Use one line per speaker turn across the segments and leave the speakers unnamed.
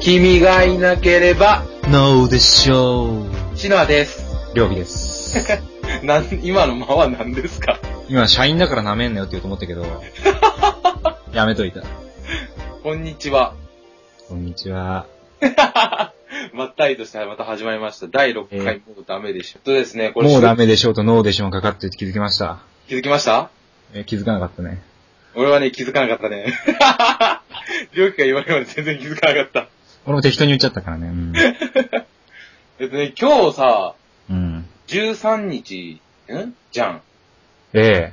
君がいなければ、
No でしょう。
シノアです。
料理です。
なん、今の間は何ですか
今、社員だから舐めんなよって言うと思っ たけど、やめといた。
こんにちは。
こんにちは。
まったりとしてまた始まりました。第6回、もうダメでしょ。とですね、これ、
もうダメでしょうと No でしょうがかかって気づきました。
気づきました
えー気づかなかったね。
俺はね、気づかなかったね。 りょうきが言われるまで全然気づかなかった。
俺も適当に言っちゃったからね。 うん。
えっとね、今日さ、
うん、
13日、んじゃん。
ええ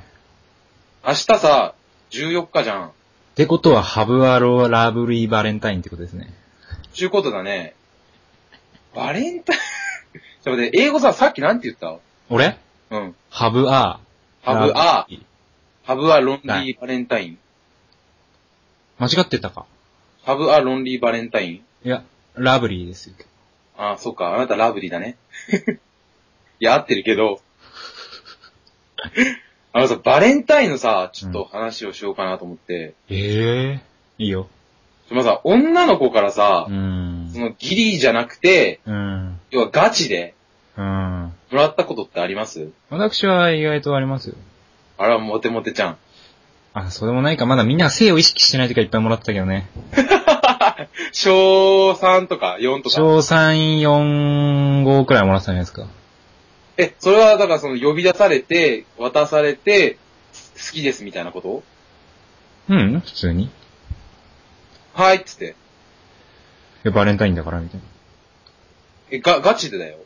明日さ、14日じゃん。
ってことは、ハブアローラブリーバレンタインってことですね。
ちゅうことだね。バレンタイン ちょっと待って、英語さ、さっきなんて言った
俺
うん。
ハブア
ハ
ー。
ブア
ー。
ハブアロンリーバレンタイン。
間違ってたか。
ハブアロンリーバレンタイン。
いや、ラブリーですよ。
ああ、そっか。あなたラブリーだね。 いや、合ってるけど。 あのさ、バレンタインのさ、ちょっと話をしようかなと思って。
ええいいよ。
でもさ、女の子からさ
う、ん
そ。のギリじゃなくて、
うん。
要はガチで
うん。
もらったことってあります
私は意外とありますよ。
あら、モテモテちゃん。
あ、それもないか。まだみんな性を意識してない時はいっぱいもらってたけどね。
小3とか4とか。
小3、4、5くらいもらってたんじゃないですか。
え、それはだからその呼び出されて、渡されて、好きですみたいなこと
うん普通に。い
はいっつって。
やバレンタインだからみたい
え、が、ガチでだよ。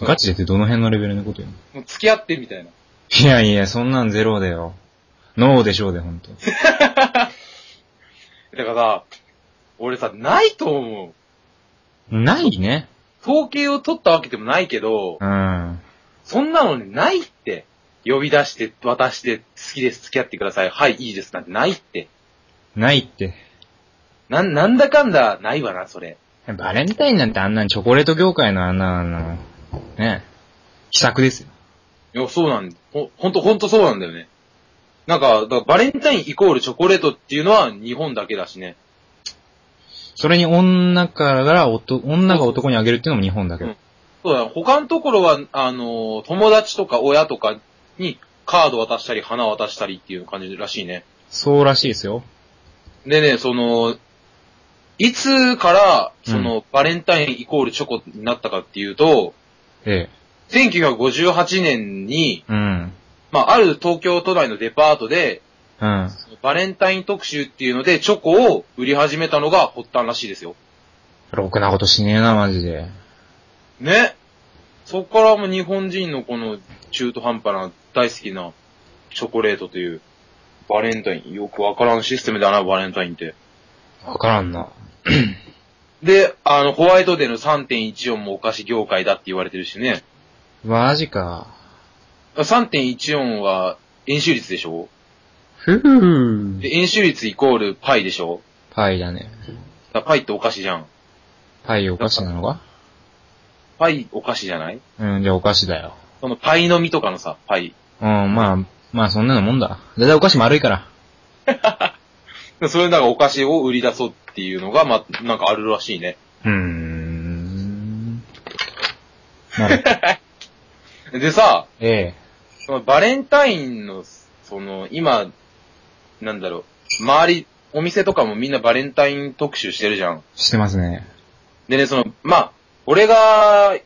な。ガチでってどの辺のレベルのことよ。
もう付き合ってみたいな。
いやいや、そんなんゼロだよ。ノーでしょうで、ほんと。
だからさ、俺さ、ないと思う。
ないね。
統計を取ったわけでもないけど
う、ん。
そんなのね、ないって。呼び出して、渡して、好きです、付き合ってください。はい、いいです、なんてないって。
ないって。
なん、なんだかんだ、ないわな、それ。
バレンタインなんてあんなチョコレート業界のあんな、あの、ね、秘策ですよ。
いや、そうなんほ、ほんと、ほんとそうなんだよね。なんか、だからバレンタインイコールチョコレートっていうのは日本だけだしね。
それに女から男、女が男にあげるっていうのも日本だけど。
そうだ、他のところは、あのー、友達とか親とかにカード渡したり、花渡したりっていう感じらしいね。
そうらしいですよ。
でね、その、いつから、その、バレンタインイコールチョコになったかっていうと、
ええ。
1958年に、
うん。
まあ、ある東京都内のデパートで、
うん。
バレンタイン特集っていうので、チョコを売り始めたのが発端らしいですよ。
ろくなことしねえな、マジで。
ね。そこからもう日本人のこの中途半端な大好きなチョコレートというバレンタイン。よくわからんシステムだな、バレンタインって。
わからんな。
で、あの、ホワイトデーの3.14もお菓子業界だって言われてるしね。
マジか。
3.14は円周率でしょ
ふぅ
で、円周率イコールパイでしょ
パイだね。
だからパイってお菓子じゃん。
パイお菓子なのか
パイお菓子じゃない
うん、じゃあお菓子だよ。
そのパイの実とかのさ、パイ。
うん、まあ、まあそんなのもんだ。だいたいお菓子丸いから。
それだからお菓子を売り出そうっていうのが、まあ、なんかあるらしいね。
うーん。なるほど。
でさ、
ええ。
そのバレンタインの、その、今、なんだろう、周り、お店とかもみんなバレンタイン特集してるじゃん。
してますね。
でね、その、まあ、俺が、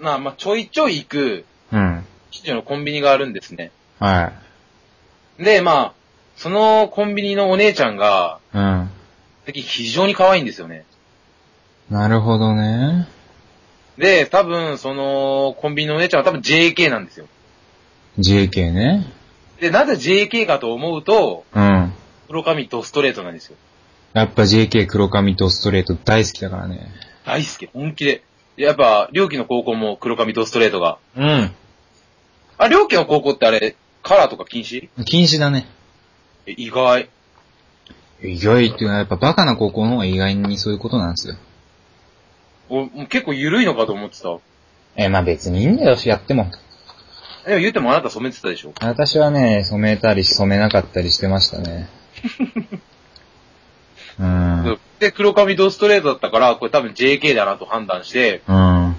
まあ、まあ、ちょいちょい行く、
うん。
近所のコンビニがあるんですね。
はい。
で、まあ、そのコンビニのお姉ちゃんが、
うん。
最近非常に可愛いんですよね。
なるほどね。
で、多分、その、コンビニのお姉ちゃんは多分 JK なんですよ。
JK ね。
で、なぜ JK かと思うと、
うん。
黒髪ドストレートなんですよ。
やっぱ JK 黒髪とストレート大好きだからね。
大好き、本気で。でやっぱ、両家の高校も黒髪とストレートが。
う
あ、両家の高校ってあれ、カラーとか禁止
ん。禁止だね。
え意外。
意外っていうのはやっぱバカな高校の方が意外にそういうことなんですよ。
おもう結構緩いのかと思ってた。
えーまあ別にいいんだよ、やっても。
でも言うてもあなた染めてたでしょ
私はね、 染めたり染めなかったりしてましたね。うーん。
で、黒髪ドストレートだったから、これ多分 JK だなと判断して、
うん。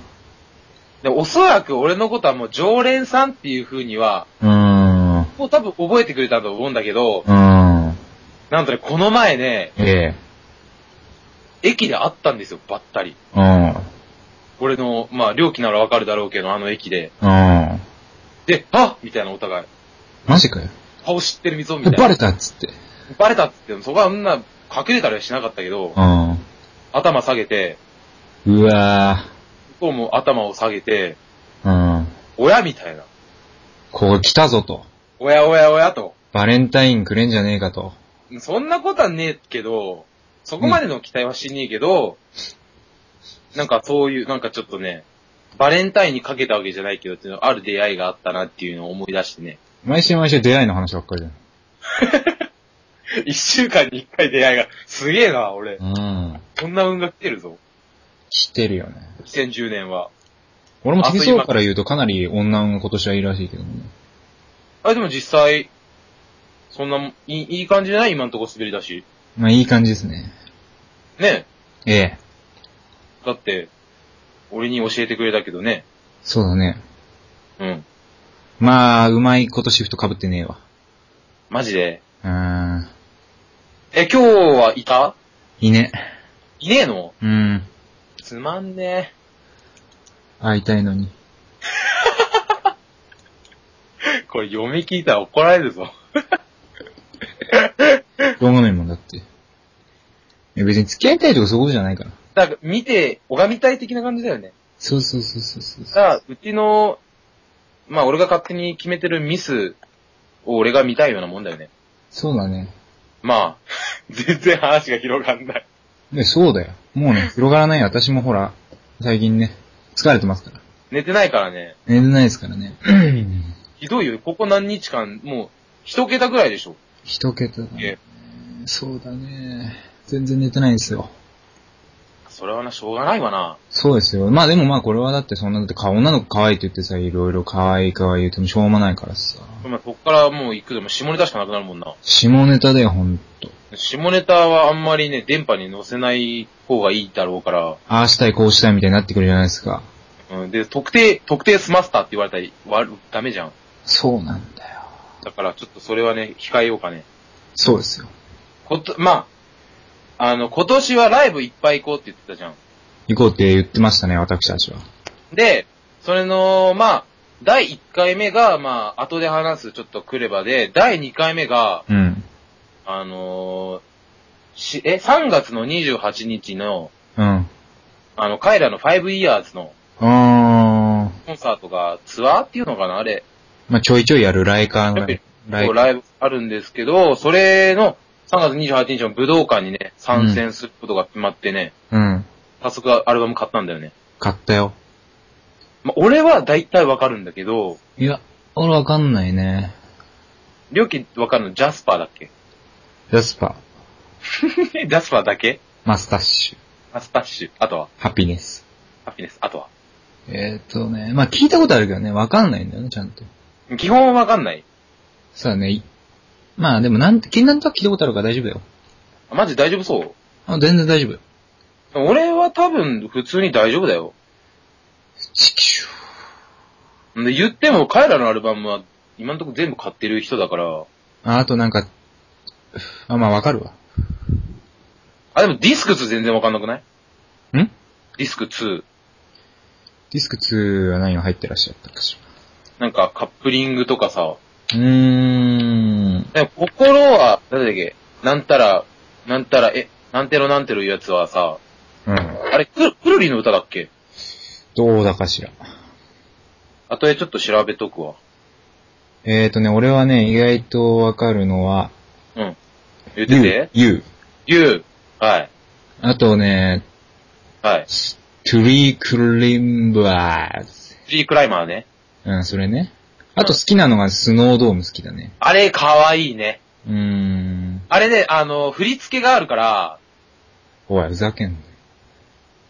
で、おそらく俺のことはもう常連さんっていう風には、
うん。
もう多分覚えてくれたと思うんだけど、
うん。
なんとね、この前ね、
ええ。
駅で会ったんですよ、ばったり。
うん。
俺の、まあ、料金ならわかるだろうけど、あの駅で。
うん。
で、あみたいなお互い。
マジかよ。
顔知ってるみぞ、みたいな。
バレたっつって。
バレたって言っても、そこはそんな、隠れたりはしなかったけど、
うん。
頭下げて、
うわ
こうも頭を下げて、
ぁ。うん。
親みたいな。
ここ来たぞと。
おやおやおやと。
バレンタインくれんじゃねえかと。
そんなことはねえけど、そこまでの期待はしねえけど、なんかそういう、なんかちょっとね、バレンタインにかけたわけじゃないけどっていうの、ある出会いがあったなっていうのを思い出してね。
毎週毎週出会いの話ばっかりじ
一週間に一回出会いが、すげえな、俺。
ゃん。うん。
こんな運が来てるぞ。
来てるよね。
2010年は。
俺もテニス王から言うとかなり女運が今年はいいらしいけどね。
あ、でも実際、そんなもん、いいいい感じじゃない今んとこ滑り出し。
まあいい感じですね。
ね
ええ。
だって、俺に教えてくれたけどね。
そうだね。
うん。
まあ、うまいことシフト被ってねえわ。
マジで。
うーん。
え、今日はいた
いいね。
いねえの
うん。
つまんね
会いたいのに。
え。これ読み聞いたら怒られるぞ。
どうもないもんだって。え別に付き合いたいとかそういうことじゃないから。
だから、見て、拝みたい的な感じだよね。
そうそうそうそうそう
だから、うちの、まあ俺が勝手に決めてるミスを俺が見たいようなもんだよね。
そうだね。
まあ、 全然話が広がんない。
で、そうだよ。もうね、広がらない私もほら、最近ね、疲れてますから。
寝てないからね。
寝れないですから ね。
ひどいよ。ここ何日間、もう、一桁ぐらいでしょ。
一桁だ、
え
ね。そうだね。全然寝てないんですよ。
それはな、しょうがないわな。
そうですよ。まあでもまあこれはだってそんな、だって顔女の子可愛いって言ってさ、いろいろ可愛い可愛い言ってもしょうもないからさ。
まあ、こっからもう行くでも下ネタしかなくなるもんな。
下ネタだよ、ほんと。
下ネタはあんまりね、電波に乗せない方がいいだろうから、
ああしたい、こうしたいみたいになってくるじゃないですか。
うん、で、特定、特定スマスターって言われたら、わダメじゃん。
そうなんだよ。
だから、ちょっとそれはね、控えようかね。
そうですよ。
こと、まあ、あの、今年はライブいっぱい行こうって言ってたじゃん。
行こうって言ってましたね、私たちは。
で、それの、まあ、第1回目が、まあ、後で話すちょっとクレバで、第2回目が、
うん。
あのーし、え、3月の28日の、
うん。
あの、彼らの5 years の
あー。
コンサートがツアーっていうのかなあれ。
まあ、ちょいちょいやるライカーのね、ライ
こう
カー。
ライブあるんですけど、それの3月28日の武道館にね、参戦することが決まってね、
うん。
早速アルバム買ったんだよね。
買ったよ。
まあ、俺は大体わかるんだけど、
いや、俺わかんないね。
料金わかるのジャスパーだっけ
ジスパ、
ジャスパーだけ
マスタッシュ、
マスタッシュ。あとは
ハピネス。
ハピネス。あとは
えー、っとね、まあ、聞いたことあるけどね、わかんないんだよね、ちゃんと。
基本はわかんない。
さあね、いまあでもなんて、気になったら聞いたことあるから大丈夫だよ。
あマジ大丈夫そう
あ全然大丈夫。
俺は多分普通に大丈夫だよ。
チキシュ
で、言っても彼らのアルバムは今んとこ全部買ってる人だから、
あ、あとなんか、あ、まあわかるわ。
あ、でもディスク2全然わかんなくない
ん
ディスク2。
ディスク2は何が入ってらっしゃったかし
なんかカップリングとかさ、
ら。うーん。
でも心は、なんだっけ、なんたら、なんたら、え、なんてろなんてろいうやつはさ、
うん。
あれ、くる、くるりの歌だっけ
どうだかしら。
あとでちょっと調べとくわ。
えー、っとね、俺はね、意外とわかるのは、
うん。言ってて。
You。You
ゆう。はい。
あとね、
はい。
トゥリークリンバーズ。
フリークライマーね。
うん、それね。あと好きなのがスノードーム好きだね。
あれ、かわいいね。
うーん。
あれね、あの、振り付けがあるから、
おい、ふざけんな。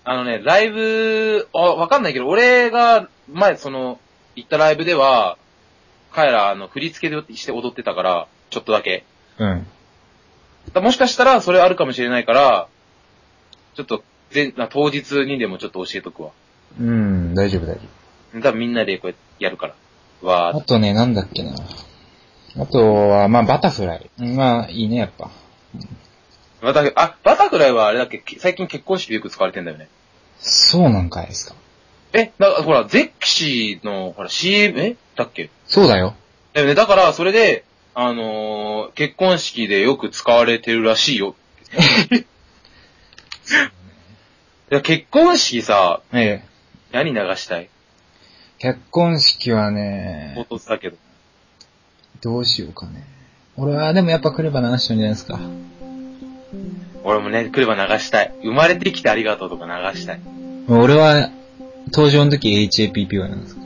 あのね、ライブ、あ、わかんないけど、俺が前、その、行ったライブでは、彼ら、あの、振り付けでして踊ってたから、ちょっとだけ。
うん。
だもしかしたら、それあるかもしれないから、ちょっと、前な当日にでもちょっと教えとくわ。
うん、大丈夫大丈
多分みんなでこうやってやるから。わ
夫。
ー
あ
っ
とね、なんだっけな。あとは、まあ、バタフライ。まあ、いいね、やっぱ。
と。バタフ、あ、バタフライはあれだっけ最近結婚式でよく使われてんだよね。
そうなんかいですか。
え、だからほら、ゼクシーの、ほら、CM、えだっけ
そうだよ。
だよね。だから、それで、あのー、結婚式でよく使われてるらしいよ。いや結婚式さ、
ええ。
何流したい
結婚式はね、
唐突だけど。
どうしようかね。俺は、でもやっぱ来れば流しちゃうんじゃないですか。
俺もね、来れば流したい。生まれてきてありがとうとか流したい。
俺は、登場の時 HAPPY なんですか。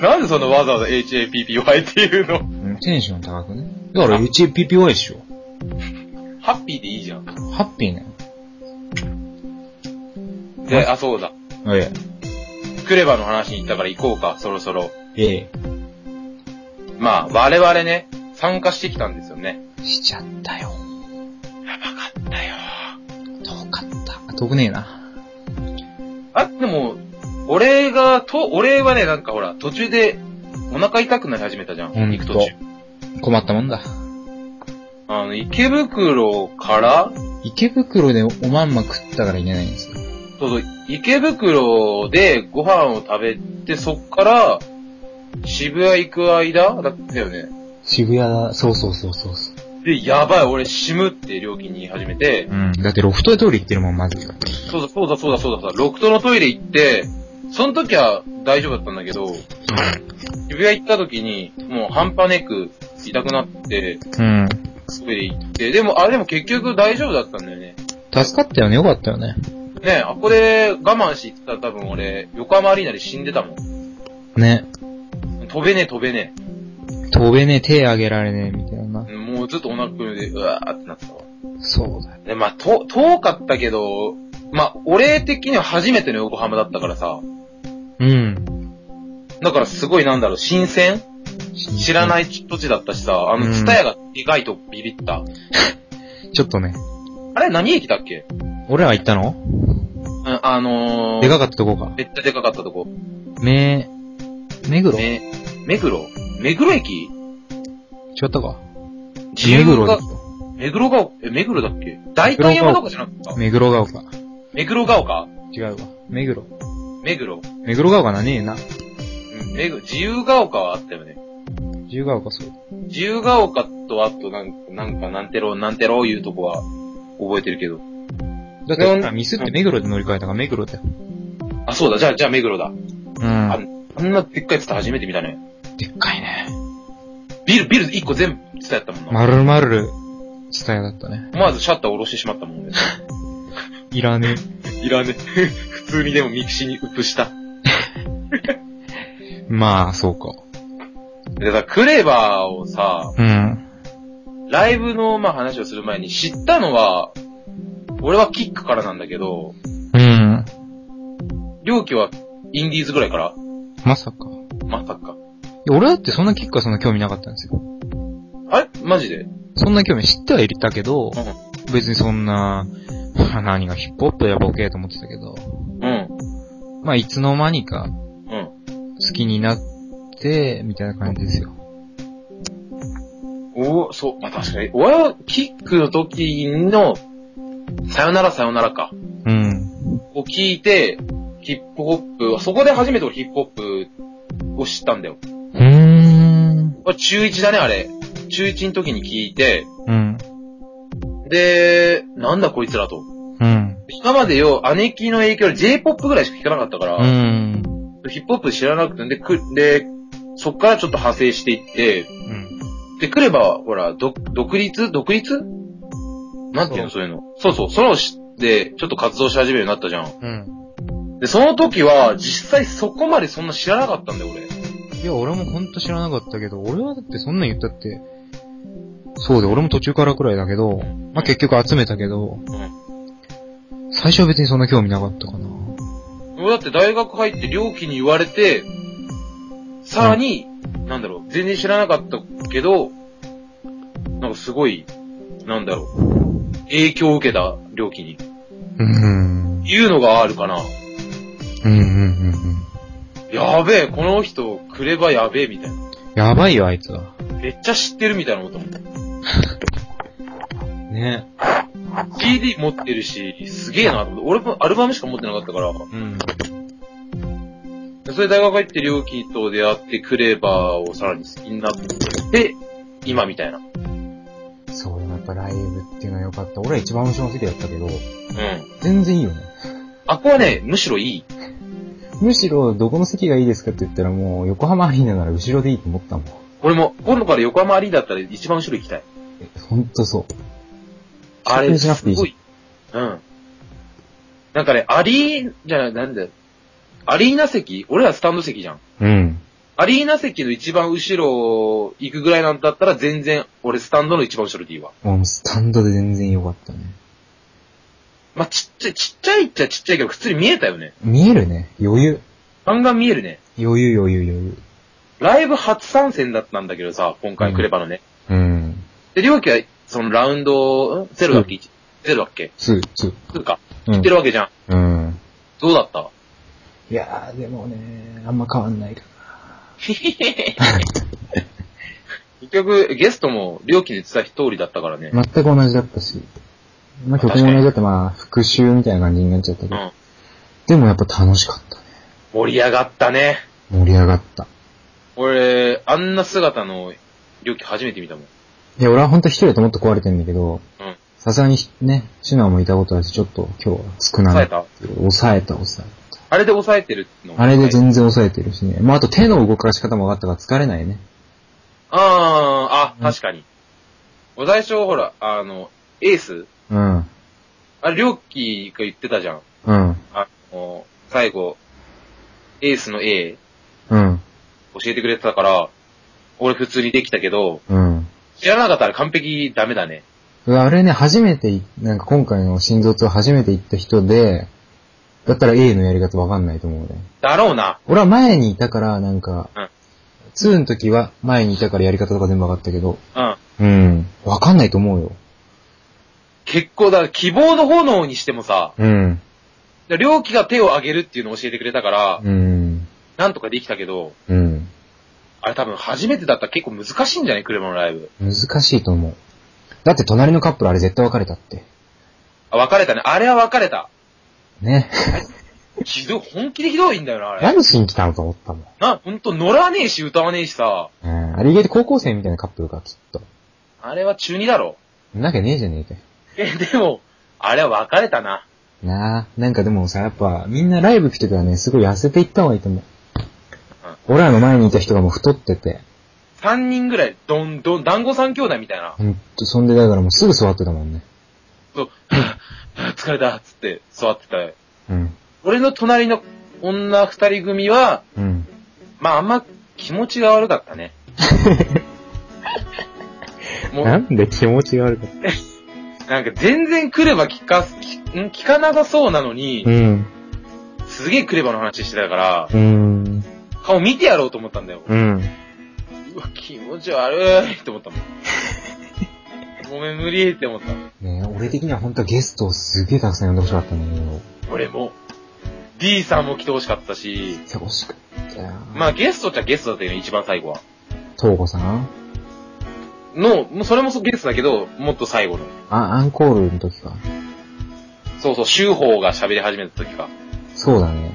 なんでそのわざわざ HAPPY っていうの
うんテンション高くね。だから HAPPY でしょ。
ハッピーでいいじゃん。
ハッピーね。
で、あ、そうだ。
え
クレバの話に行ったから行こうか、そろそろ。
え。え
まあ、我々ね、参加してきたんですよね。
え。しちゃったよ。
だよ
遠かった。遠くねえな。
あ、でも、俺が、と、俺はね、なんかほら、途中で、お腹痛くなり始めたじゃん。
ほんと
行く途中。
困ったもんだ。
あの、池袋から、
池袋でおまんま食ったからいけないんですよ。
そうそう、池袋でご飯を食べて、そっから、渋谷行く間だったよね。
渋谷だ。そうそうそうそうそう。
で、やばい、俺、死むって料金に言い始めて、
うん。だってロフトで通り行ってるもん、マジで。
そうだ、そうだ、そうだ、そうだ、ロクトのトイレ行って、その時は大丈夫だったんだけど、渋谷行った時に、もう半端ねく痛くなって、
うん。
トイレ行って、でも、あ、でも結局大丈夫だったんだよね。
助かったよね。よかったよね。
ねあ、ここで我慢して行ったら多分俺、横浜アリーナで死んでたもん。
ね。
飛べねえ飛べね
飛べねえ、手あげられねえ、みたいな
え。。もうずっとお腹で、うわーってなってたわ。
そうだよ。
で、まあ、と、遠かったけど、まあ、俺的には初めての横浜だったからさ、
うん。。
だからすごいなんだろう、新鮮知らないい土地だったしさ、あの、
うん
ツタヤが意外とビビった。
ちょっとね。
あれ何駅だっけ
俺ら行ったの
うん、あのー、
でかかったとこか。
めっちゃでかかったとこ。
め、目黒違
め、目黒目黒駅
ったか。目黒
が
でし、ょ。
目黒が、え、目黒だっけ大観山とかじゃなくて
目黒が丘。
目黒が丘
違うわ。目黒。
目黒
目黒が丘なねえな。
うん目黒、自由が丘はあったよね。
自由が丘そう。
自由が丘とあとなんか、なんか、なんてろ、なんてろいうとこは覚えてるけど。
だって、ほらミスって目黒で乗り換えたから目黒だよ。
あ、そうだ、じゃあ、じゃあ目黒だ。
う
あ
ん。
あんなでっかいツタ初めて見たね。
でっかいね。
ビル、ビル1個全部ツタやったもんな。
丸々、スタイルだったね。
思わずシャッター下ろしてしまったもんね。
いらね
いらね。 普通にでもミキシにうっぷした。
え。まあ、そうか。
でさ、クレバーをさ、
うん。
ライブの、まあ、話をする前に知ったのは、俺はキックからなんだけど、
うん。
りょうきはインディーズぐらいから
まさか。
まさか。
いや俺だってそんなキックはそんな興味なかったんですよ。
あれマジで
そんな興味知ってはいたけど、別にそんな、何がヒップホップやボケやと思ってたけど、
うん。
まあいつの間にか
うん。
好きになって、みたいな感じですよ。
おそう、まあ、確かに。俺はキックの時の、さよならさよならか。
うん。
を聞いて、ヒップホップ、そこで初めて俺ヒップホップを知ったんだよ。
うーん。
あ中1だね、あれ。中1の時に聞いて、
うん。
で、なんだこいつらと。
うん。
今までよ、姉貴の影響で J-POP ぐらいしか聞かなかったから、
うん。
ヒップホップ知らなくて、で、く、で、そっからちょっと派生していって、
うん。
で、来れば、ほら、ど、独立独立なんていうの
そ
そういうの。そうそう、その知って、ちょっと活動し始めるようになったじゃん。
うん。
で、その時は、実際そこまでそんな知らなかったんだよ、俺。
いや、俺もほんと知らなかったけど、俺はだってそんなん言ったって、そうで、俺も途中からくらいだけど、まあ結局集めたけど、最初は別にそんな興味なかったかな。
俺だって大学入って、両機に言われて、さらに、なんだろう、全然知らなかったけど、なんかすごい、なんだろう、影響を受けた猟奇に。
うん。
いうのがあるかな。
うんうんうんうん。
やべえ、この人、くればやべえ、みたいな。
やばいよ、あいつは。
めっちゃ知ってるみたいなこと思った。
ね。
CD 持ってるし、すげえなと思って。俺もアルバムしか持ってなかったから。
うん。
でそれで大学入って料金と出会ってクレーバーをさらに好きになって、今みたいな。うん。
そう、やっぱライブっていうのは良かった。俺は一番後ろの席だったけど、全然いいよね。
あっこはね、むしろいい。
むしろ、どこの席がいいですかって言ったらもう、横浜アリーナなら後ろでいいと思ったもん。
俺も、今度から横浜アリーナだったら一番後ろ行きたい。
えほんとそう。
あ
紹
れ、
介しなく
す
ていいじゃ
ご
ん
い。うん。なんかね、アリー、じゃあなんだよアリーナ席俺らスタンド席じゃん。
うん。
アリーナ席の一番後ろ行くぐらいなんだったら全然、俺スタンドの一番後ろでいいわ。
もうスタンドで全然良かったね。
まあ、ちっちゃい、ちっちゃいっちゃちっちゃいけど、普通に見えたよね。
見えるね。余裕。
ガンガン見えるね。
余裕余裕余裕。
ライブ初参戦だったんだけどさ、今回クレバのね。
うん。
で、りょうきは、そのラウンド、んゼロだっけ、一ゼロだっけ
ツー、ツー。
つうか、
う
言ってるわけじゃん。
ん。うん。
どうだった
いやー、でもね、あんま変わんないか
結局、ゲストも、りょうきに伝えた通りだったからね。
な。全く同じだったし。まあ、曲も同じだったまあ、復習みたいな感じになっちゃったけ
う
ど。
ん。
でもやっぱ楽しかったね。
盛り上がったね。
盛り上がった。
俺、あんな姿の、りょうき初めて見たもん。
いや、俺はほんと一人だともっと壊れてんだけど、
うん。
さすがにね、シナもいたことだし、ちょっと今日は少な
抑え
い。
た
抑えた、抑え
あれで抑えてるの
た。あれで全然抑えてるしね。まあ、あと手の動かし方も分かったから疲れないね。
あー、
うん
あ、確かに。お最初、ほら、あの、エース
うん。
あれ、りょうきが言ってたじゃん。
うん。
あの、最後、エースの A
うん。
教えてくれてたから、俺普通にできたけど、
うん。
知らなかったら完璧ダメだね。
うわあれね、初めてい、なんか今回の心臓痛初めて行った人で、だったら A のやり方分かんないと思うね。
だろうな。
俺は前にいたから、なんか
うん、
2の時は前にいたからやり方とか全部分かったけど、
うん。
うん。分かんないと思うよ。
結構だ、希望の炎にしてもさ、
うん。
りょうきが手を上げるっていうのを教えてくれたから、
うん。
なんとかできたけど、
うん。
あれ多分初めてだったら結構難しいんじゃない車のライブ。
難しいと思う。だって隣のカップルあれ絶対別れたって。
あ、別れたね。あれは別れた。
ね。
ひどい、本気でひどいんだよな、あれ。
何しに来たのと思ったもん。
な、ほんと乗らねえし、歌わねえしさ、
うん。あれ意外と高校生みたいなカップルか、きっと。
あれは中2だろ。
んなわけねえじゃねえかよ。
え、でも、あれは別れたな。
なあ、なんかでもさ、やっぱ、みんなライブ来てからね、すごい痩せていった方がいいと思う。俺らの前にいた人がもう太ってて、
3人ぐらい、どんどん、団子三兄弟みたいな。
ほんと、そんでだからもうすぐ座ってたもんね。
そう、 はぁはぁ疲れた、つって座ってた。
うん。
俺の隣の女二人組は、
うん。
まああんま気持ちが悪かったね。もう、なん
で気持ちが悪かった。
か全然来れば聞かす、聞ん聞かなさそうなのに
う、ん。
すげえ来ればの話してたから、
うん。
顔見てやろうと思ったんだよ。
うん。
うわ、気持ち悪いって思ったもん。ごめん、無理って思った。
ねえ、俺的にはほんとはゲストをすげえたくさん呼んでほしかったんだけど、
俺も、D さんも来てほしかったし、
来てほしかったよ。
まあゲストっちゃゲストだったよね、一番最後は。
東子さん
の、もうそれもゲストだけど、もっと最後の。
あ、アンコールの時か。
そうそう、修法が喋り始めた時か。
そうだね。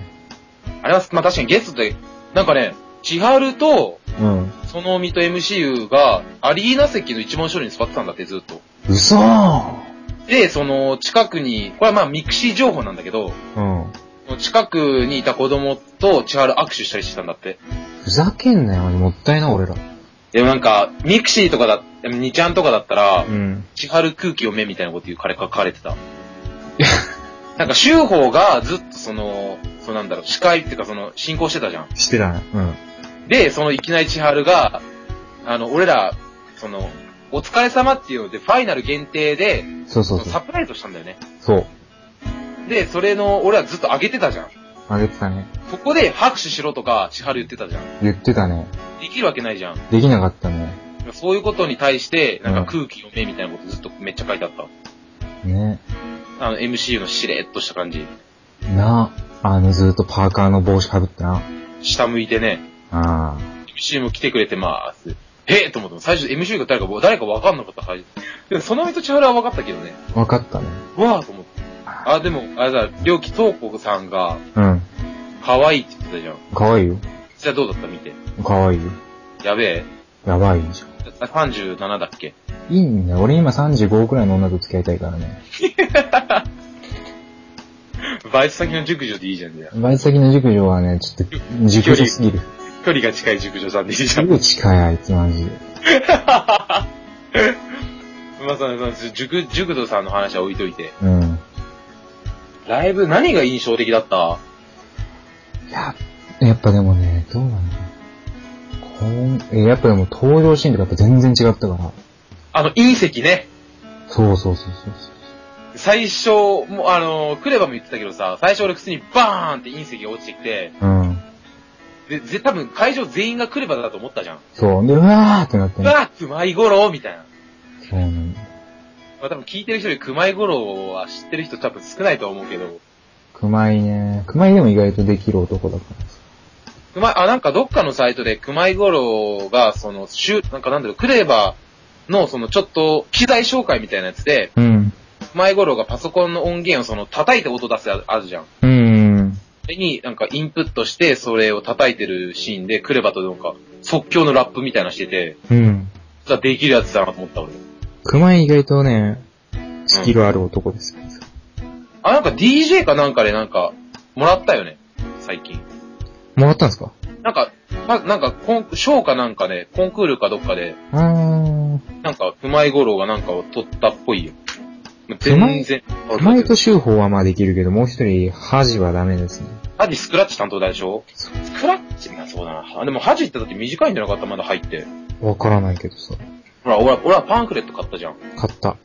あれは、まあ確かにゲストで、なんかね、千春と、
うん。
そのみと MCU が、アリーナ席の一番後ろに座ってたんだって、ずっと。
嘘ー
で、その、近くに、これはまあミクシー情報なんだけど、
うん。
近くにいた子供と千春握手したりしてたんだって。
ふざけんなよ、もったいな、俺ら。
でもなんか、ミクシーとかだ、ニちゃんとかだったら、
ん。
千春空気読めみたいなこと言う彼書かれて た。なんか、修法がずっとその、そうなんだろう、司会っていうかその、進行してたじゃん。
してたね。うん。
で、そのいきなり千春が、あの、俺ら、その、お疲れ様っていうので、ファイナル限定で、
そうそ
そうの
そ
サ
う。
プライズをしたんだよね。
そう。
で、それの、俺らずっと上げてたじゃん。
あげてたね。
ここで拍手しろとか、千春言ってたじゃん。
言ってたね。
できるわけないじゃん。
できなかったね。
そういうことに対して、なんか空気読めみたいなことずっとめっちゃ書いてあった。
ね。
あの、MCU のしれっとした感じ。
な、あのずっとパーカーの帽子かぶってな。
下向いてね、
あ
MCU も来てくれてます。えーと思ったの最初 MCU が誰か、誰か分かんなかったはず。でもその人千原は分かったけどね。
あ、わかったね。
わーと思って。あ、でも、あれだ、りょうきとうこさんが、
うん。
可愛いって言ってたじゃん。
かわいいよ。
じゃあどうだった見て。
かわいいよ。
やべえ。
やばいじゃ
あ37だっけ
ん。いいんだよ。俺今35くらいの女と付き合いたいからね。
バイト先の熟女でいいじゃんじゃあ
バイト先の熟女はね、ちょっと、熟女すぎる。
距離が近い熟女さんでいいじゃ
す
ん。
ぐ近いあいつマジで。
まあ、その、その、熟、熟女さんの話は置いといて。
うん。
ライブ何が印象的だった
いや、やっぱでもね、どうなのこん、え、やっぱでも登場シーンとかやっぱ全然違ったから。
あの、隕石ね。
そうそうそうそうそう。
最初、もうあの、クレバも言ってたけどさ、最初俺普通にバーンって隕石が落ちてきて、
うん。
で、ぜ、多分会場全員がクレバだと思ったじゃん。
そう。で、うわーってなって
う
ね。
わー、熊井五郎みたいな。
そうなんだ。
まあ多分聞いてる人より熊井五郎は知ってる人多分少ないと思うけど、
熊井ね。熊井でも意外とできる男だからさ。
熊、あ、なんかどっかのサイトで熊井五郎が、その、しゅなんかなんだろう、クレバのそのちょっと機材紹介みたいなやつで、
うん。
熊井五郎がパソコンの音源をその叩いて音出すやつあるじゃん。
うん。
それになんかインプットしてそれを叩いてるシーンでクレバとなんか即興のラップみたいなのしてて、
うん。
じゃできるやつだなと思った俺。
熊井意外とね、スキルある男ですよ。
あ、なんか DJ かなんかでなんか、もらったよね。最近。
もらったんですか
なんか、ま、なんかコン、ショーかなんかで、コンクールかどっかで、
うーん。
なんか、熊井五郎がなんかを取ったっぽいよ。
熊
全
井
然。
熊井と修法はまあできるけど、もう一人、恥はダメですね。
ハジスクラッチ担当だでしょ
そ
スクラッチまあそうだな。でもハジってだって短いんじゃなかったまだ入って。
わからないけどさ。
ほら、俺は、俺はパンフレット買ったじゃん。
買った。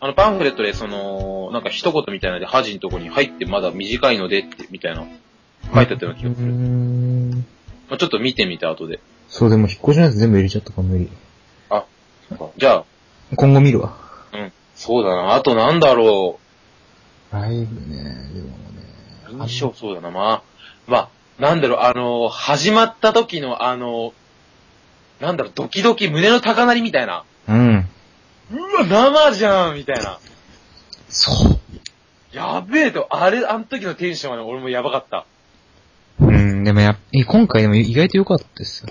あのパンフレットで、その、なんか一言みたいなので、ハジのとこに入ってまだ短いのでって、みたいな、書いてあったような気
う
がする。
ーん。
まあ、ちょっと見てみた後で。
そう、でも引っ越しのやつ全部入れちゃったから無理。
じゃあ、
今後見るわ。
そうだな。あとなんだろ
ライブね、でもね。
う。印象そうだな。まあ、まあ、なんだろう、あの、始まった時のあの、なんだろう、ドキドキ、胸の高鳴りみたいな。
うん。
うわ、生じゃんみたいな。
そう。
やべえと、あれ、あの時のテンションはね、俺もやばかった。
うん、でもやっえ今回でも意外と良かったですよ。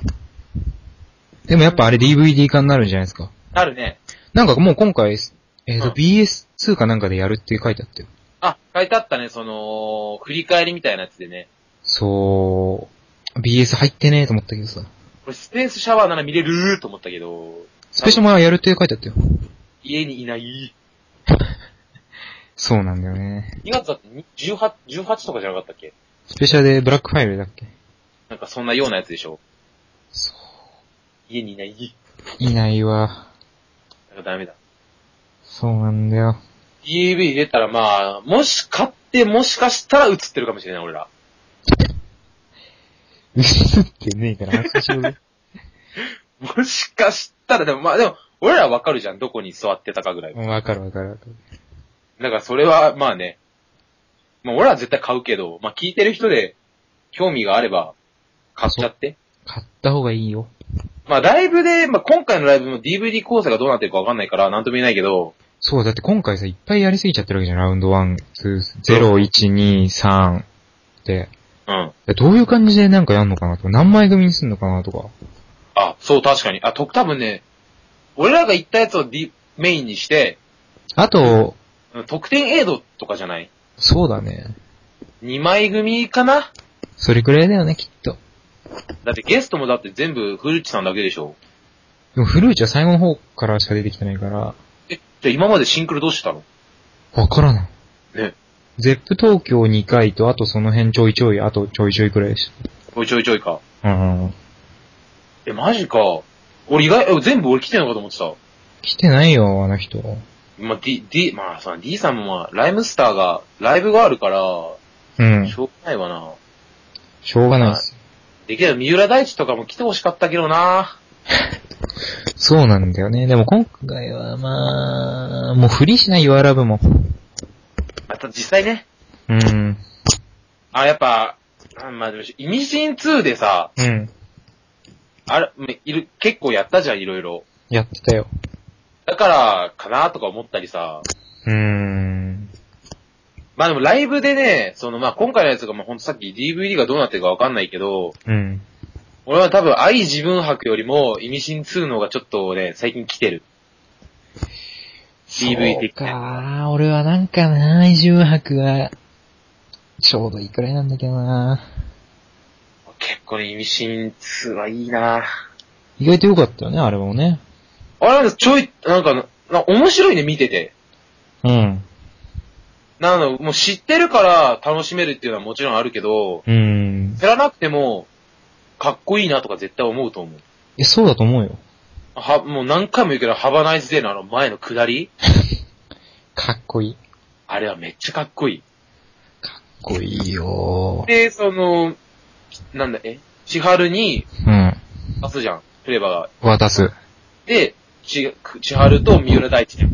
でもやっぱあれ DVD 化になるんじゃないですか。
あるね。
なんかもう今回、えっ、と、
うん
BS2 かなんかでやるって書いてあったよ。
あ、書いてあったね、その、振り返りみたいなやつでね。
そう、BS 入ってねえと思ったけどさ。
これスペースシャワーなら見れるーと思ったけど、
スペシャルマンやるって書いてあったよ。
家にいない。
そうなんだよね。
2月だってに18、18とかじゃなかったっけ
スペシャルでブラックファイルだっけ
なんかそんなようなやつでしょ
そ
家にいない。
う。いないわ。
なんかダメだ。
そうなんだよ。
DV 入れたらまあ、もし買って、もしかしたら映ってるかもしれない、俺ら。
うつってねえから安心し ろぜ。
もしかしたら、でもまあ、でも、俺らわかるじゃん、どこに座ってたかぐらい。
うんわかるわかるわかる。
だからそれは、まあね。まあ俺は絶対買うけど、まあ聞いてる人で興味があれば買っちゃって。
買った方がいいよ。
まあライブで、まあ今回のライブも DVD 構成がどうなってるかわかんないから、なんとも言えないけど、
そう、だって今回さ、いっぱいやりすぎちゃってるわけじゃん。ラウンド1、2、0、1、2、3で。
うん。
どういう感じでなんかやんのかなとか、何枚組にすんのかなとか。
あ、そう確かに。あ、と、多分ね、俺らが言ったやつを、D、メインにして、
あと、
うん特典エイドとかじゃない
そうだね。
?2 枚組かな
それくらいだよね、きっと。
だってゲストもだって全部古市さんだけでしょ
でもフルーチは最後の方からしか出てきてないから、
え、じゃあ今までシンクロどうしてたの
わからない。
ね。
ゼップ東京2回と、あとその辺ちょいちょい、あとちょいちょいくらいでし
おいちょいちょいか。
た。うん。
え、マジか。俺意外、え全部俺来てんのかと思ってた。
来てないよ、あの人。
まあ、D、D、まあ、その D さんもまあ、ライムスターが、ライブがあるから、
うん
し。ょうがないわな。
しょうがないっす。
できれば三浦大知とかも来てほしかったけどな。
そうなんだよね。でも今回はまあ、もうフリーしないよ、アラブも。
また実際ね、
うん。
あ、やっぱ、あまあでも、イミシン2でさ、
うん。
あれ、まいる、結構やったじゃん、いろいろ。
やってたよ。
だから、かなとか思ったりさ。
うーん。
まあでもライブでね、そのまあ今回のやつがまあほんとさっき DVD がどうなってるかわかんないけど、
うん。
俺は多分愛自分博よりもイミシン2の方がちょっとね、最近来てる。DV
そう
的に。
か、俺はなんかな、移住泊は、ちょうどいいくらいなんだけどな。
結構ね、イミシン2はいいな
意外と良かったよね、あれもね。
あれなんかちょい、なんか、な面白いね、見てて。
うん。
なの、もう知ってるから楽しめるっていうのはもちろんあるけど、
うーん。
知らなくても、かっこいいなとか絶対思うと思う。
え、そうだと思うよ。
は、もう何回も言うけど、ハバナイズデーのあの前の下り
かっこいい。
あれはめっちゃかっこいい。
かっこいいよ
で、その、なんだ、え千春に
うん。
出すじゃん。プレバが。
渡す。
で、ち、千春と三浦大知じゃん。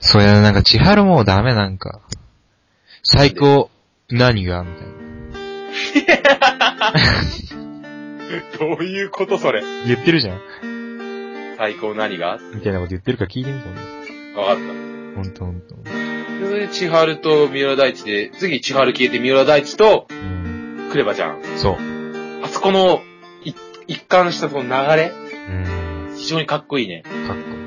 それなんか、千春もうダメなんか。最高、何がみたいな。
どういうことそれ。
言ってるじゃん。
最高何がわか
みたいなこと言ってるから聞いてみた
っ
ほんとほんと。
た。それで、千春と三浦大知で、次千春消えて三浦大知と
うん。
クレバじゃん。
そう。
あそこの、い一貫したその流れ
うん。
非常にかっこいいね。
かっこいい。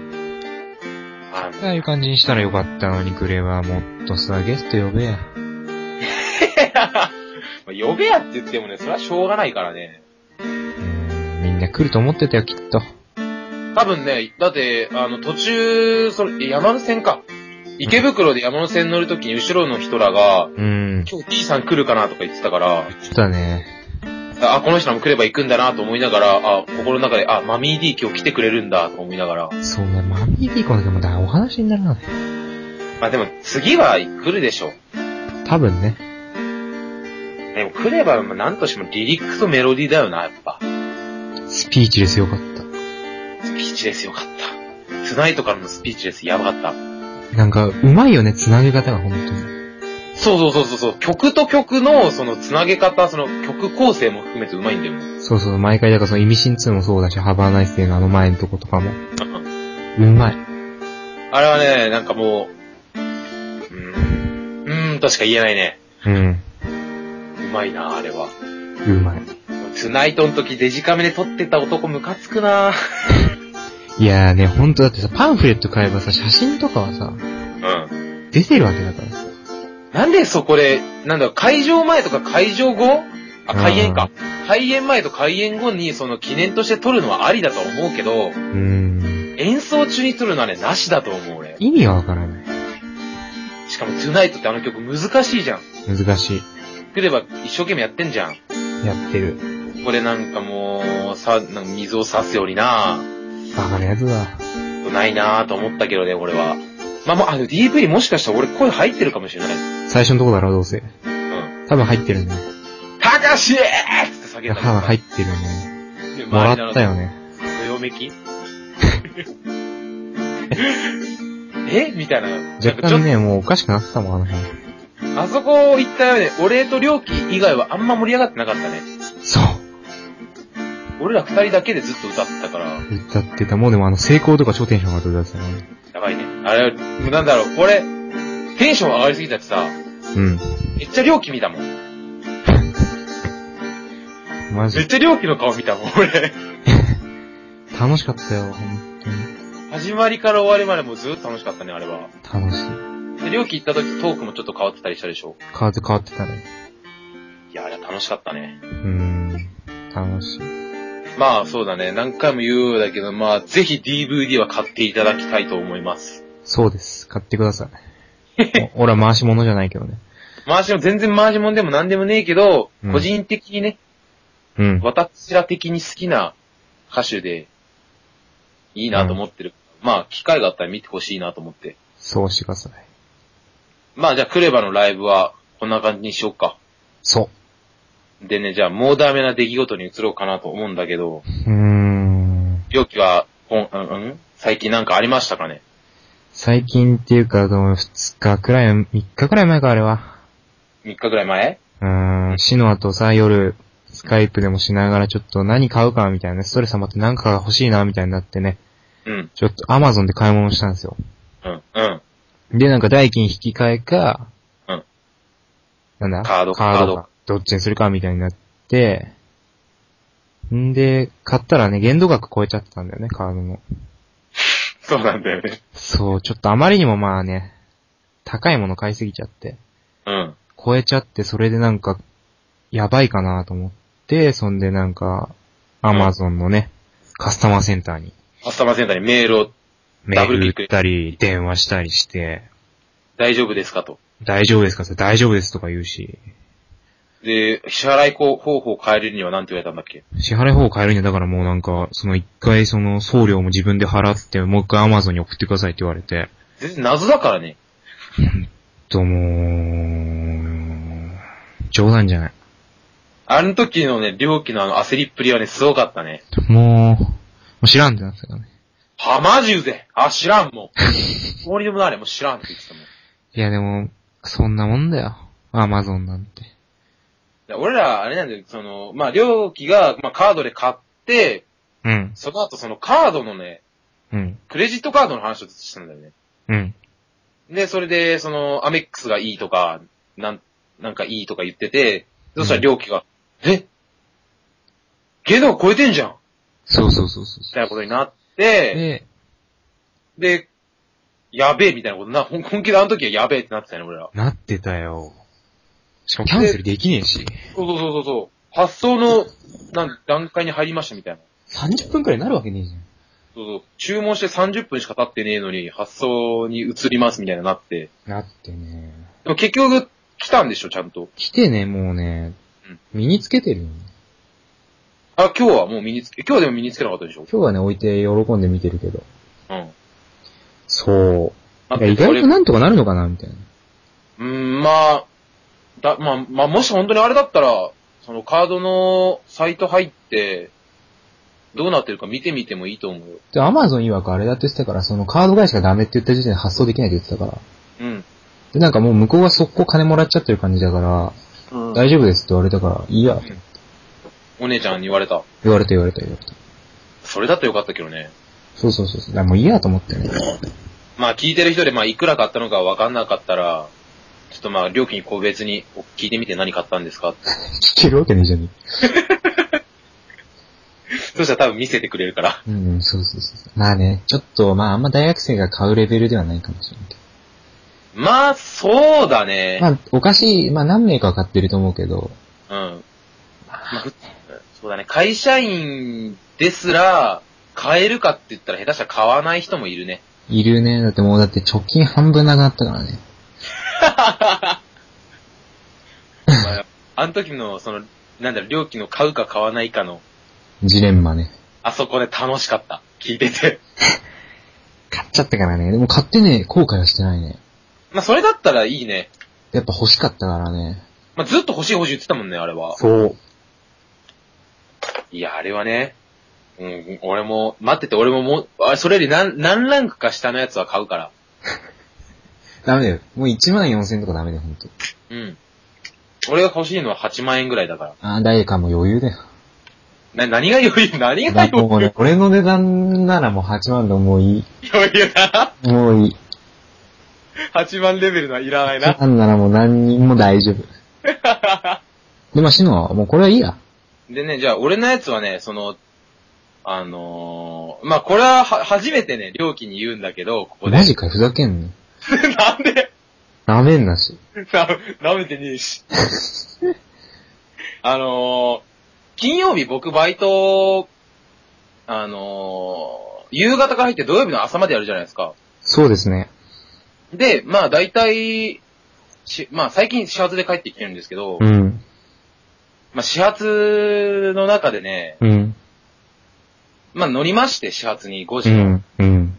あ
ああいう感じにしたらよかったのに、グレーはもっとさ、ゲスト呼べや。
の、呼べやって言ってもね、それはしょうがないからね。
うーん、みんな来ると思ってたよ、きっと。
多分ね、だって、あの、途中、その、え山手線か。池袋で山手線乗るときに後ろの人らが、
うーん。
今日 T さん来るかなとか言ってたから、
来たね。
あ、この人らも来れば行くんだなと思いながら、あ、心の中で、あ、マミー D 今日来てくれるんだと思いながら。
そうだ、マミーディコの時もだ、お話にならない。
まあでも、次は来るでしょ。
多分ね。
でも来れば、まあなんとしてもリリックとメロディーだよな、やっぱ。
スピーチですよかった。
スピーチレスよかった。ツナイトからのスピーチレスやばかった。
なんか、うまいよね、繋げ方が本当に。
そうそうそうそうそう、曲と曲のそのつなげ方、その曲構成も含めてうまいんだよね。
そうそう、毎回だからその意味深2もそうだし、ハバーナイスデーのあの前のとことかも。うまい。
あれはね、なんかもう、うーん、うーんとしか言えないね。
うん。
うまいな、あれは。
うまい。
ツナイトの時デジカメで撮ってた男ムカつくな。
いやーね、ほんとだってさ、パンフレット買えばさ、写真とかはさ、
うん。
出てるわけだからさ。
なんでそこで、なんだろう、会場前とか会場後あ、開演か。開演前と開演後にその記念として撮るのはありだとは思うけど、
うーん。
演奏中に撮るのはね、なしだと思う俺。
意味がわからない。
しかも、トゥナイトってあの曲難しいじゃん。
難しい。
来れば一生懸命やってんじゃん。こ
やってる。
こでなんかもう、さ、なんか水を差すようにな
バカなやつだ。
ないなぁと思ったけどね、俺は。まあまあ、あの DV もしかしたら俺声入ってるかもしれない。
最初のとこだろ、どう
う
せ。
ん。
多分入ってるね。
たかしーって叫ん
い
だ
や、
か
多
ら。
分入ってるね。
で
もらった。よね。
周りのどよめ きえみたいな。なんか
若
ちょ
干
っ
ね、もうおかしくなってたもん、あの辺。
と、あそこ行ったよね、お礼と料金以外はあんま盛り上がってなかったね。
そう。
俺ら二人だけでずっと歌ってたから。
歌ってた。もうでもあの、成功とか超テンション上がって歌ってたね。
やばいね。あれ、もうなんだろう、これ、テンション上がりすぎちゃってさ、めっちゃ料金見たもん。
うん。マ
めっ
ジ。
ちゃ料金の顔見たもん、俺。
楽しかったよ、本
始まりから終わりまでもうずっと楽しかったね、あれは。
当に。楽しい。
で、料金行った時トークもちょっと変わってたりしたでしょ。
変わって変わってたね。
いや、あれは楽しかったね
う。ーん。楽しい。
まあ、そうだね。何回も言うようだけど、まあ、ぜひ DVD は買っていただきたいと思います。
そうです。買ってください。お俺は回し物じゃないけどね。
回しも、全然回しもんでも何でもねえけど、
うん
個人的にね、
うん。
私ら的に好きな歌手で、いいなと思ってる。まあ、機会があったら見てほしいなと思って。
そうしてください。
まあじゃあ、クレバのライブは、こんな感じにしようか。
そ
でね、じゃあ、もうダメな出来事に移ろうかなと思うんだけど、
う。うーん。
良きは、こん、うん、うん最近なんかありましたかね
最近っていうか、でも2日くらい、3日くらい前か、あれは。
?3 日ぐらい前
うーん、死の後さ、夜、スカイプでもしながらちょっと何買うかみたいな、ストレス溜まって何かが欲しいなみたいになってね、
うん、
ちょっとアマゾンで買い物したんですよ。
うん、うん。
で、なんか代金引き換えか、
うん。
なんだ
カード
カード
カー
か。どっちにするかみたいになって、んで、買ったらね、限度額超えちゃってたんだよね、カードの。
そうなんだよね。
そう、ちょっとあまりにもまあね、高いもの買いすぎちゃって、
うん、
超えちゃって、それでなんか、やばいかなと思って、そんでなんか、アマゾンのね、カスタマーセンターに
カスタマーセンターにメールを
メー
ダブル
ル
ク
打
リック
ったり、電話したりして、
大丈夫ですかと。
大丈夫ですかって大丈夫ですとか言うし、
で、支払い方法を変えるには何て言われたんだっけ
支払い方を変えるにはだからもうなんか、その一回その送料も自分で払って、もう一回アマゾンに送ってくださいって言われて、
全然謎だからね。
ともう、冗談じゃない。
あの時のね、料金のあの焦りっぷりはね、すごかったね。
もう、もう知らんってなってたからね。
は、マジうぜあ、知らん もう。どうにでもなれ、もう知らんって言ってたもん。
いやでも、そんなもんだよ。アマゾンなんて。
で俺ら、あれなんだよ、その、まあ、料金が、まあ、カードで買って、
うん、
その後そのカードのね、
うん、
クレジットカードの話をしたんだよね。
うん。
で、それで、その、アメックスがいいとか、なん、なんかいいとか言ってて、そしたら料金が、えゲド超えてんじゃん
そうそうそうそう
み。たいなことになって、
で、
で、やべえみたいなことな、ほん本気であの時はやべえってなってたよね、俺ら。
なってたよ。しかもキャンセルできねえし。
そうそうそうそうそう。発送の、なん、段階に入りましたみたいな。
30分くらいになるわけねえじゃん。
そうそう。注文して30分しか経ってねえのに、発送に移りますみたいななって。
なってね。
でも結局、来たんでしょ、ちゃんと。
来てね、もうね
うん、
身につけてるよね。
あ、今日はもう身につけ、今日でも身につけなかったでしょ
今日はね、置いて喜んで見てるけど。
うん。
そう。
あ
いや意外と
う
なんとかなるのかな、みたいな。
ーん、まあ、だ、まあ、まあ、もし本当にあれだったら、そのカードのサイト入って、どうなってるか見てみてもいいと思うよ。
で、アマゾン曰くあれだって言ってたから、そのカード会社がダメって言った時点で発送できないって言ってたから。
うん。
で、なんかもう向こうは速攻金もらっちゃってる感じだから、
うん
大丈夫ですって言われたから、いいや、
お姉ちゃんに言われた。
言われた言われた言われた。
それだとよかったけどね。
そうそうそうそう。だからもういいやと思 ってね。
まあ聞いてる人で、まあいくら買ったのかわかんなかったら、ちょっとまあ料金個別に聞いてみて何買ったんですかって。
聞けるわけねえじゃね
そしたら多分見せてくれるから。
え。うん、そうそうそう。まあね、ちょっと、まああんま大学生が買うレベルではないかもしれないけど。
まあ、そうだね。
まあ、お菓子、まあ何名かは買ってると思うけど、
うん。まあふそうだね。会社員ですら、買えるかって言ったら下手したら買わない人もい るね。
いるね。だってもうだって貯金半分なくなったからね。
まあ、あの時の、その、なんだろう、料金の買うか買わないかの、
ジレンマね。
あそこで楽しかった。聞いてて。
買っちゃったからね。でも買ってね、後悔はしてないね。
まあ、それだったらいいね。
やっぱ欲しかったからね。
まあ、ずっと欲しい欲しい言ってたもんね、あれは。
そう。
いや、あれはね。うん、俺も、待ってて、俺ももう、あそれより何、何ランクか下のやつは買うから。
ダメだよ。もう1万4千とかダメだよ、ほんと。
うん。俺が欲しいのは8万円ぐらいだから。
ああ、誰かも余裕だよ。
な、何が余裕 何が
だから
余
もうね、俺の値段ならもう8万でもういい。
裕余裕な
もういい。
?8 万レベルのはいらないな。
なんならもう何人も大丈 夫。で、まあ、シノは、もうこれはいいや。
でね、じゃあ俺のやつはね、その、あのー、まあ、これはは、初めてね、料金に言うんだけど、ここで。
マジかよ、ふざけんの。
なんで
ダメんなし。
な、舐めてねえし。 あのー、金曜日僕バイト、あのー、夕方から入って土曜日の朝までやるじゃないですか。
そうですね。
で、まあ大体、しまあ最近始発で帰ってきてるんですけど、
うん。
まあ始発の中でね、
うん。
まあ乗りまして始発に5
う
時の。
ん。うん。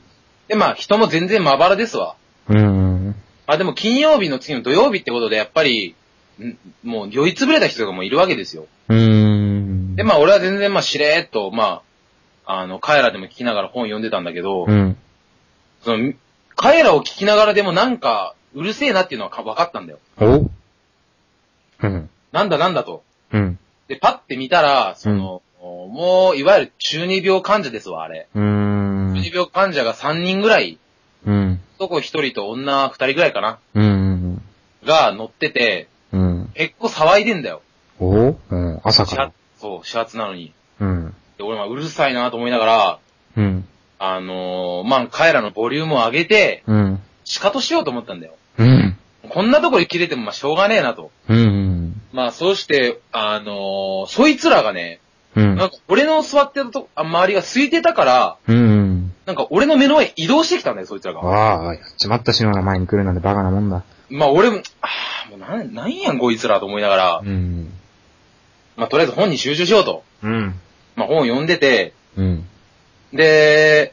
でまあ人も全然まばらですわ。
うん。
まあでも金曜日の次の土曜日ってことでやっぱり、んもう酔いつぶれた人がもういるわけですよ。
うん。
で、まあ俺は全然まあしれーっと、まあの、カエラでも聞きながら本読んでたんだけど、
うん。
その、カエラを聞きながらでもなんか、うるせえなっていうのはか分かったんだよ。
おうん。
なんだなんだと。
うん。
で、パッて見たら、その、もう、いわゆる中二病患者ですわ、あれ。
うー
中
ん。
二病患者が3人ぐらい、
うん。
男1人と女2人ぐらいかな、
うん。
が乗ってて、
うん。
結構騒いでんだよ。
おうん。朝
始
から
発。そう、始発なのに。
うん。
で、俺はうるさいなと思いながら、
うん。
あのー、まあ、彼らのボリュームを上げて、
うん。
仕方しようと思ったんだよ。
うん。
こんなとこで切れてもまあしょうがねえなと。
うん。
まあ、そうして、あのー、そいつらがね、
うん。
なんか俺の座ってると、あ周りが空いてたから、
うん。
なんか俺の目の前に移動してきたんだよ、そいつらが。
ああ、やっちまった篠が前に来るなんてバカなもんだ。
まあ、俺も、ああ、もうなん、なんやん、こいつらと思いながら、
うん。
まあ、とりあえず本に集中しようと。
うん。
まあ、本を読んでて、
うん。
で、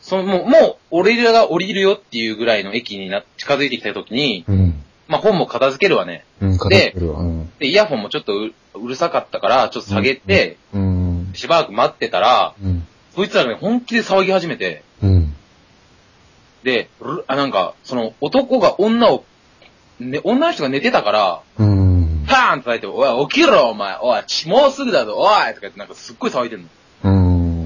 その、もう、もう、俺らが降りるよっていうぐらいの駅にな、近づいてきた時に、
うん。
まあ、本も片付けるわね。
うん、片付けるわ。うん。
で、イヤホンもちょっとううるさかったから、ちょっと下げて、
うん。
しばらく待ってたら、
うん。
そいつらがね、本気で騒ぎ始めて、
うん。
で、るあ、なんか、その、男が女を、ね、女の人が寝てたから、
うん。
パーンって叩いて、おい、起きろ、お前、おい、ちもうすぐだぞ、おいとか言って、なんかすっごい騒いでんの。
う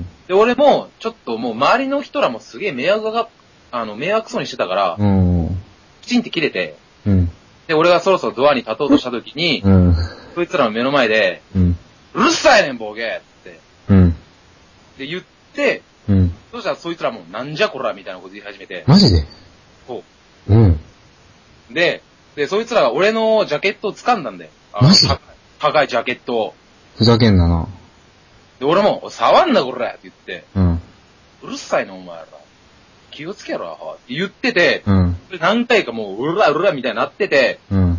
ん。
で、俺も、ちょっともう、周りの人らもすげえ迷惑が、あの、迷惑そうにしてたから、
うん。
きちんって切れて、
うん。
で、俺がそろそろドアに立とうとした時に、
うん。
そいつらの目の前で、
うん。
うるさいねん、ボケって、
うん。
で、言って、
うん。
そしたらそいつらもうなんじゃこらみたいなこと言い始めて、
マジで。
そう
うん。
う。で、で、そいつらが俺のジャケットを掴んだんだよ。あの
マジ
た高いジャケットを。
ふざけんなな。
で、俺も、おい触んなこらって言って、
うん。
うるさいなお前ら。気をつけろアホって言ってて、
うん。
何回かもう、うらうらみたいになってて、
うん。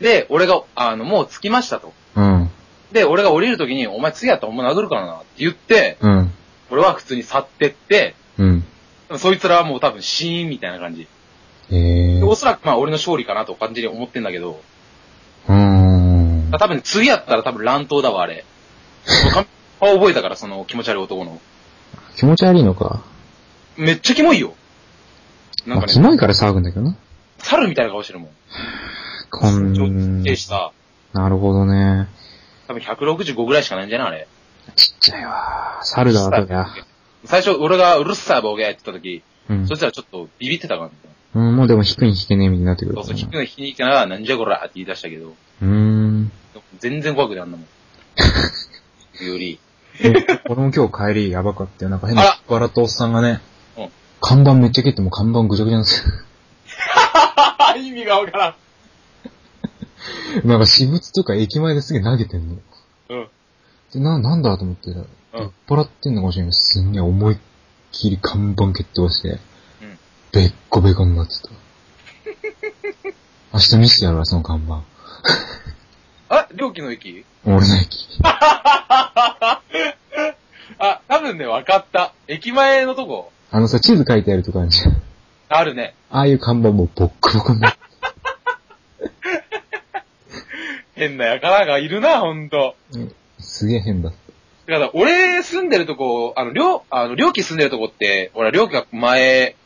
で、俺が、あの、もう着きましたと。
うん。
で、俺が降りるときに、お前次やったらお前殴るからなって言って、
うん。
俺は普通に去ってって、
うん。
そいつらはもう多分シーンみたいな感じ。
ええ
で
ー。
おそらくまあ俺の勝利かなと感じで思ってんだけど、
うーん。
多分次やったら多分乱闘だわ、あれ。顔覚えたから、その気持ち悪い男の。
気持ち悪いのか。
めっちゃキモいよ。なん
まあ、
か
キ
ね、
モいから騒ぐんだけどな。
猿みたいな顔してるもん。
こん
上下した。
なるほどね。
多分165ぐらいしかないんじゃないあれ。
ちっちゃいわ。猿だ、そりゃ。
最初、俺がうるさいボケって言った時、
うん
そ。したらちょっとビビってたから、ね、
うん、もうでも引くに引けねえみたいになってくる
そ
か
う
ら
そう、
な。
引くの引きに行ったら、なんじゃこらって言い出したけど、
うーん。
全然怖くないあんな もん。より。
俺も今日帰りやばかったよ。なんか変
あ
な
ら、
笑ったおっさんがね
うん、
看板めっちゃ蹴っても看板ぐちゃぐちゃなんです
意味がわから
よ。なんか私物とか駅前ですげえ投げてんの。
ん。うん。
で、な、なんだと思って、酔っ払ってんのかもしれない。すんげえ思いっきり看板蹴ってまして、べっこべこになって た。明日見せてやるわ、その看板。
あ、料金の 駅
俺の駅。
あ、多分ね、わかった。駅前のとこ、
あのさ、地図書いてあるとこあるじゃん。
あるね。
ああいう看板もうボッコボコになって。
変な輩がいるな、ほんと。
すげえ変だった。
だから、俺住んでるとこ、あの、りょう、あの、りょうき住んでるとこって、俺、りょうきが前、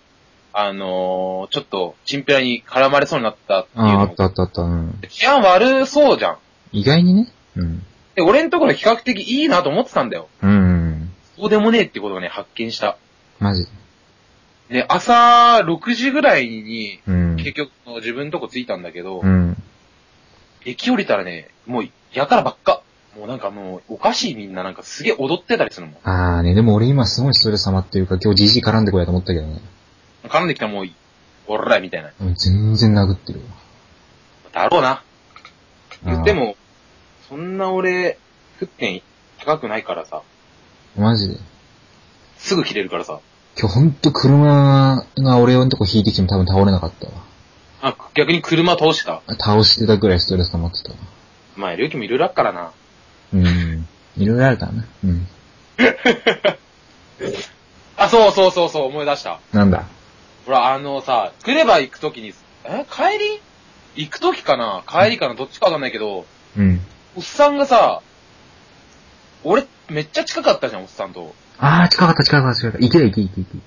あのーちょっと、チンピラに絡まれそうになったっていう
ああ、
の
あったあったあった。うん。
治安悪そうじゃん。
意外にね。うん。
で、俺んところ比較的いいなと思ってたんだよ。
うん。
そうでもねえってことをね、発見した。
マジ。
で、朝6時ぐらいに、
うん。
結局、自分のとこ着いたんだけど、
うん。
駅降りたらね、もう、やからばっか。もうなんかもう、おかしいみんな、なんかすげえ踊ってたりするもん。
ああね、でも俺今すごいストレス溜まってるから今日 GG 絡んでこようと思ったけどね。
絡んできたらもう、おら、みたいな。
うん全然殴ってるわ。
だろうな。
あー
で、も、そんな俺、沸点高くないからさ、
マジで。
すぐ切れるからさ。
今日ほんと車が俺のとこ引いてきても多分倒れなかったわ。
あ、逆に車倒してた。
倒してたぐらいストレス溜まってたわ。
まあ、料金もいろいろあっからな。
うん。いろいろあるからね。うん。
あ、そうそうそうそう、思い出した。
なんだ。
ほら、あのさ、クレバ行くときに、え、帰り行くときかな帰りかなどっちかわかんないけど、
うん。
おっさんがさ、俺めっちゃ近かったじゃん、おっさんと。
あー、近かった近かった近かった。いけいけいけいけ。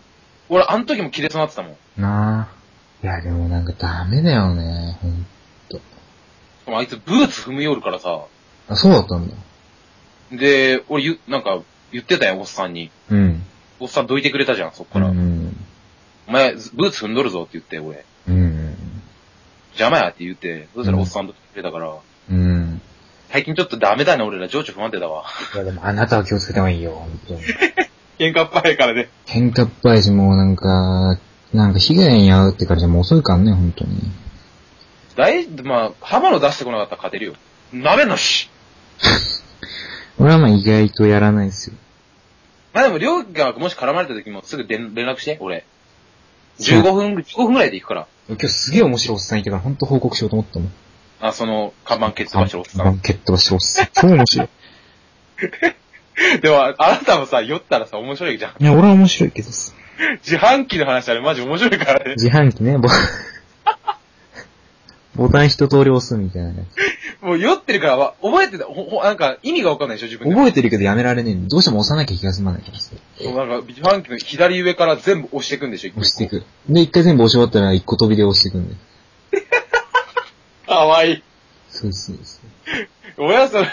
俺、あの時も切れそうになってたもん。
なあ。いや、でもなんかダメだよね。ほん
しかもあいつブーツ踏み寄るからさ。
あ、そうだったんだ。
で、俺ゆ、なんか、言ってたよ、おっさんに。
うん。
おっさんどいてくれたじゃん、そっ
う
から。
ん。
お前、ブーツ踏んどるぞって言って、俺。
うん。
邪魔やって言って、そしたらおっさんどいてくれたから、
うん。
最近ちょっとダメだね、俺ら、情緒不安定だわ。
いや、でもあなたは気をつけた方がいいよ、ほんとに。
喧嘩っぱいからね。
喧嘩っぱいし、もうなんか、なんか被害に遭うってからじゃもう遅いからね、ほんとに。
大、まあ、浜野出してこなかったら勝てるよ。なめんなし
俺はまあ意外とやらないですよ。
まあでも、りょうがもし絡まれた時もすぐ連連絡して、俺。15分、15分ぐらいで行くから。
今日すげえ面白いおっさんいたから、ほんと報告しようと思ったもん。
あ、その、看板蹴ってましたおっさん。
蹴っ飛ばしておっさん。超面白い。
でも、あなたもさ、酔ったらさ、面白いじゃん。
いや、俺は面白いけどさ。
自販機の話あれマジ面白いからね。
自販機ね、ボ ボタン一通り押すみたいなや つ。
もう酔ってるからは、覚えてた、ほ、ほ、なんか意味がわかんないでしょ、自分で。
覚えてるけどやめられねえんでどうしても押さなきゃ気が済まないからさ。
そうなんか、自販機の左上から全部押していくんでしょ、一個
押してい。く。で、一回全部押し終わったら一個飛びで押していくんで。
かわいい。
そうそうそ
俺はその、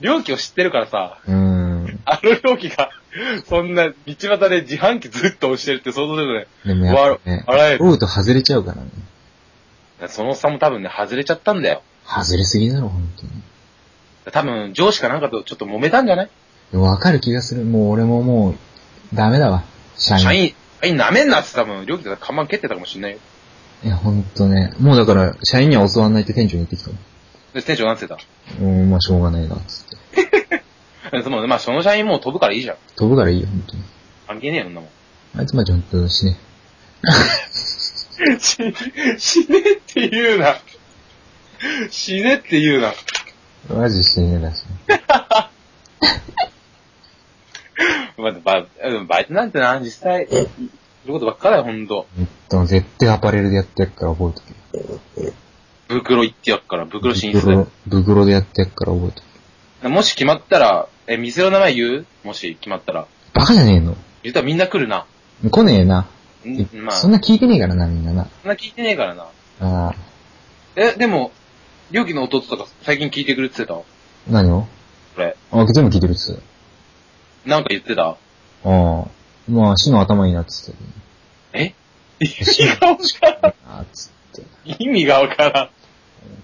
料金を知ってるからさ、
う。うーん。
あの料金が、そんな、道端で自販機ずっと押してるって想像するとね、
でもやっぱね、
笑える
ローと外れちゃうからね。
その差も多分ね、外れちゃったんだよ。
外れすぎだろ、本当に。
多分、上司かなんかとちょっと揉めたんじゃない
でもわかる気がする。もう俺ももう、ダメだわ。社員。
社員、社員舐めんなって多分、料金が看板蹴ってたかもしんないよ。
いや、ほんとね。もうだから、社員には教わんないって店長に言ってきたも
で、店長なんて言って
ん。うん、まあしょうがないな、つって。
たでも、まあ、 その社員もう飛ぶからいいじゃん。
飛ぶからいいよ、ほんとに。
関係ねえよ、そんなも ん。
あいつまちゃんと死ね。
死ね、死ねって言うな。死ねって言うな。
マジ死ねだし。
まあ、ば、うんバイトなんてな、実際、そういうことばっかだよ、ほんと。
ほんと、絶対アパレルでやってやっから覚えとけ。
袋行ってやっから、袋進出だ
袋
よ。、
袋でやってやっから覚えとけ。
もし決まったら、え、店の名前言うもし決まったら。
バカじゃねえの
言ったらみんな来るな。
来ねえな。
んまあ、
そ
そ
ん
ん
な聞いてねえからな、みんなな。
な聞いてねえからな。
ああ、
え、でも、料金の弟とか最近聞いてくるって言って
何を
たこれ。
あ、全部聞いてるっつって
なんか言ってた
たよ。ああ、まあ死の頭いいなっつってたよ。
え意味 がわからん。
あーつって。
意味がわからん。っ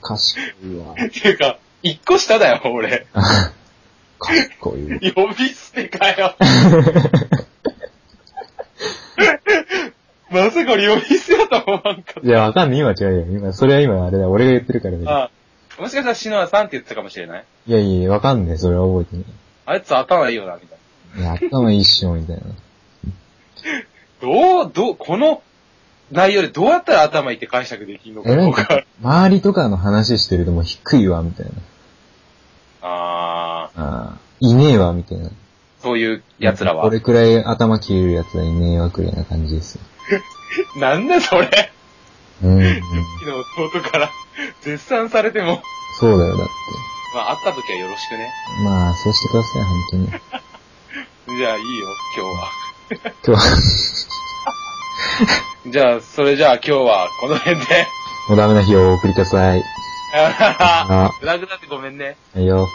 賢いわ。
ていうか、一個下だよ、俺。
あ賢いわ。
呼び捨てかよ。 まさか俺呼び捨てだと思わんかっ
いや、わかんない。今違うよ。今、それは今あれだ。俺が言ってるから
た。
ね。
あもしかしたら篠田さんって言ってたかもしれない
いやいや、わかんない。それは覚えて
あいつ頭いいよな、みたい
ない。いや、頭いいっしょ、みた いな。
な。どう、どう、この内容でどうやったら頭いいって解釈できんのか
え、なん
とか
か。、周りとかの話してるともう低いわ、みたいな。
あ
ああ、いねえわ、みたいな。
ー、そういう奴らは
こ。れくらい頭切れる奴はいねえわ、くらいな感じですよ。
なんだそれ。
うん、うん。
昨日弟から絶賛されても。
そうだよ、だって。
まあ、会った時はよろしくね。
まあ、そうしてください、本当に。
じゃあいいよ、今日は。
今日は、
じゃあ、それじゃあ今日はこの辺で。
もうダメな日をお送りください。
あはは
あ、
グダグダってごめんね。
はいよ。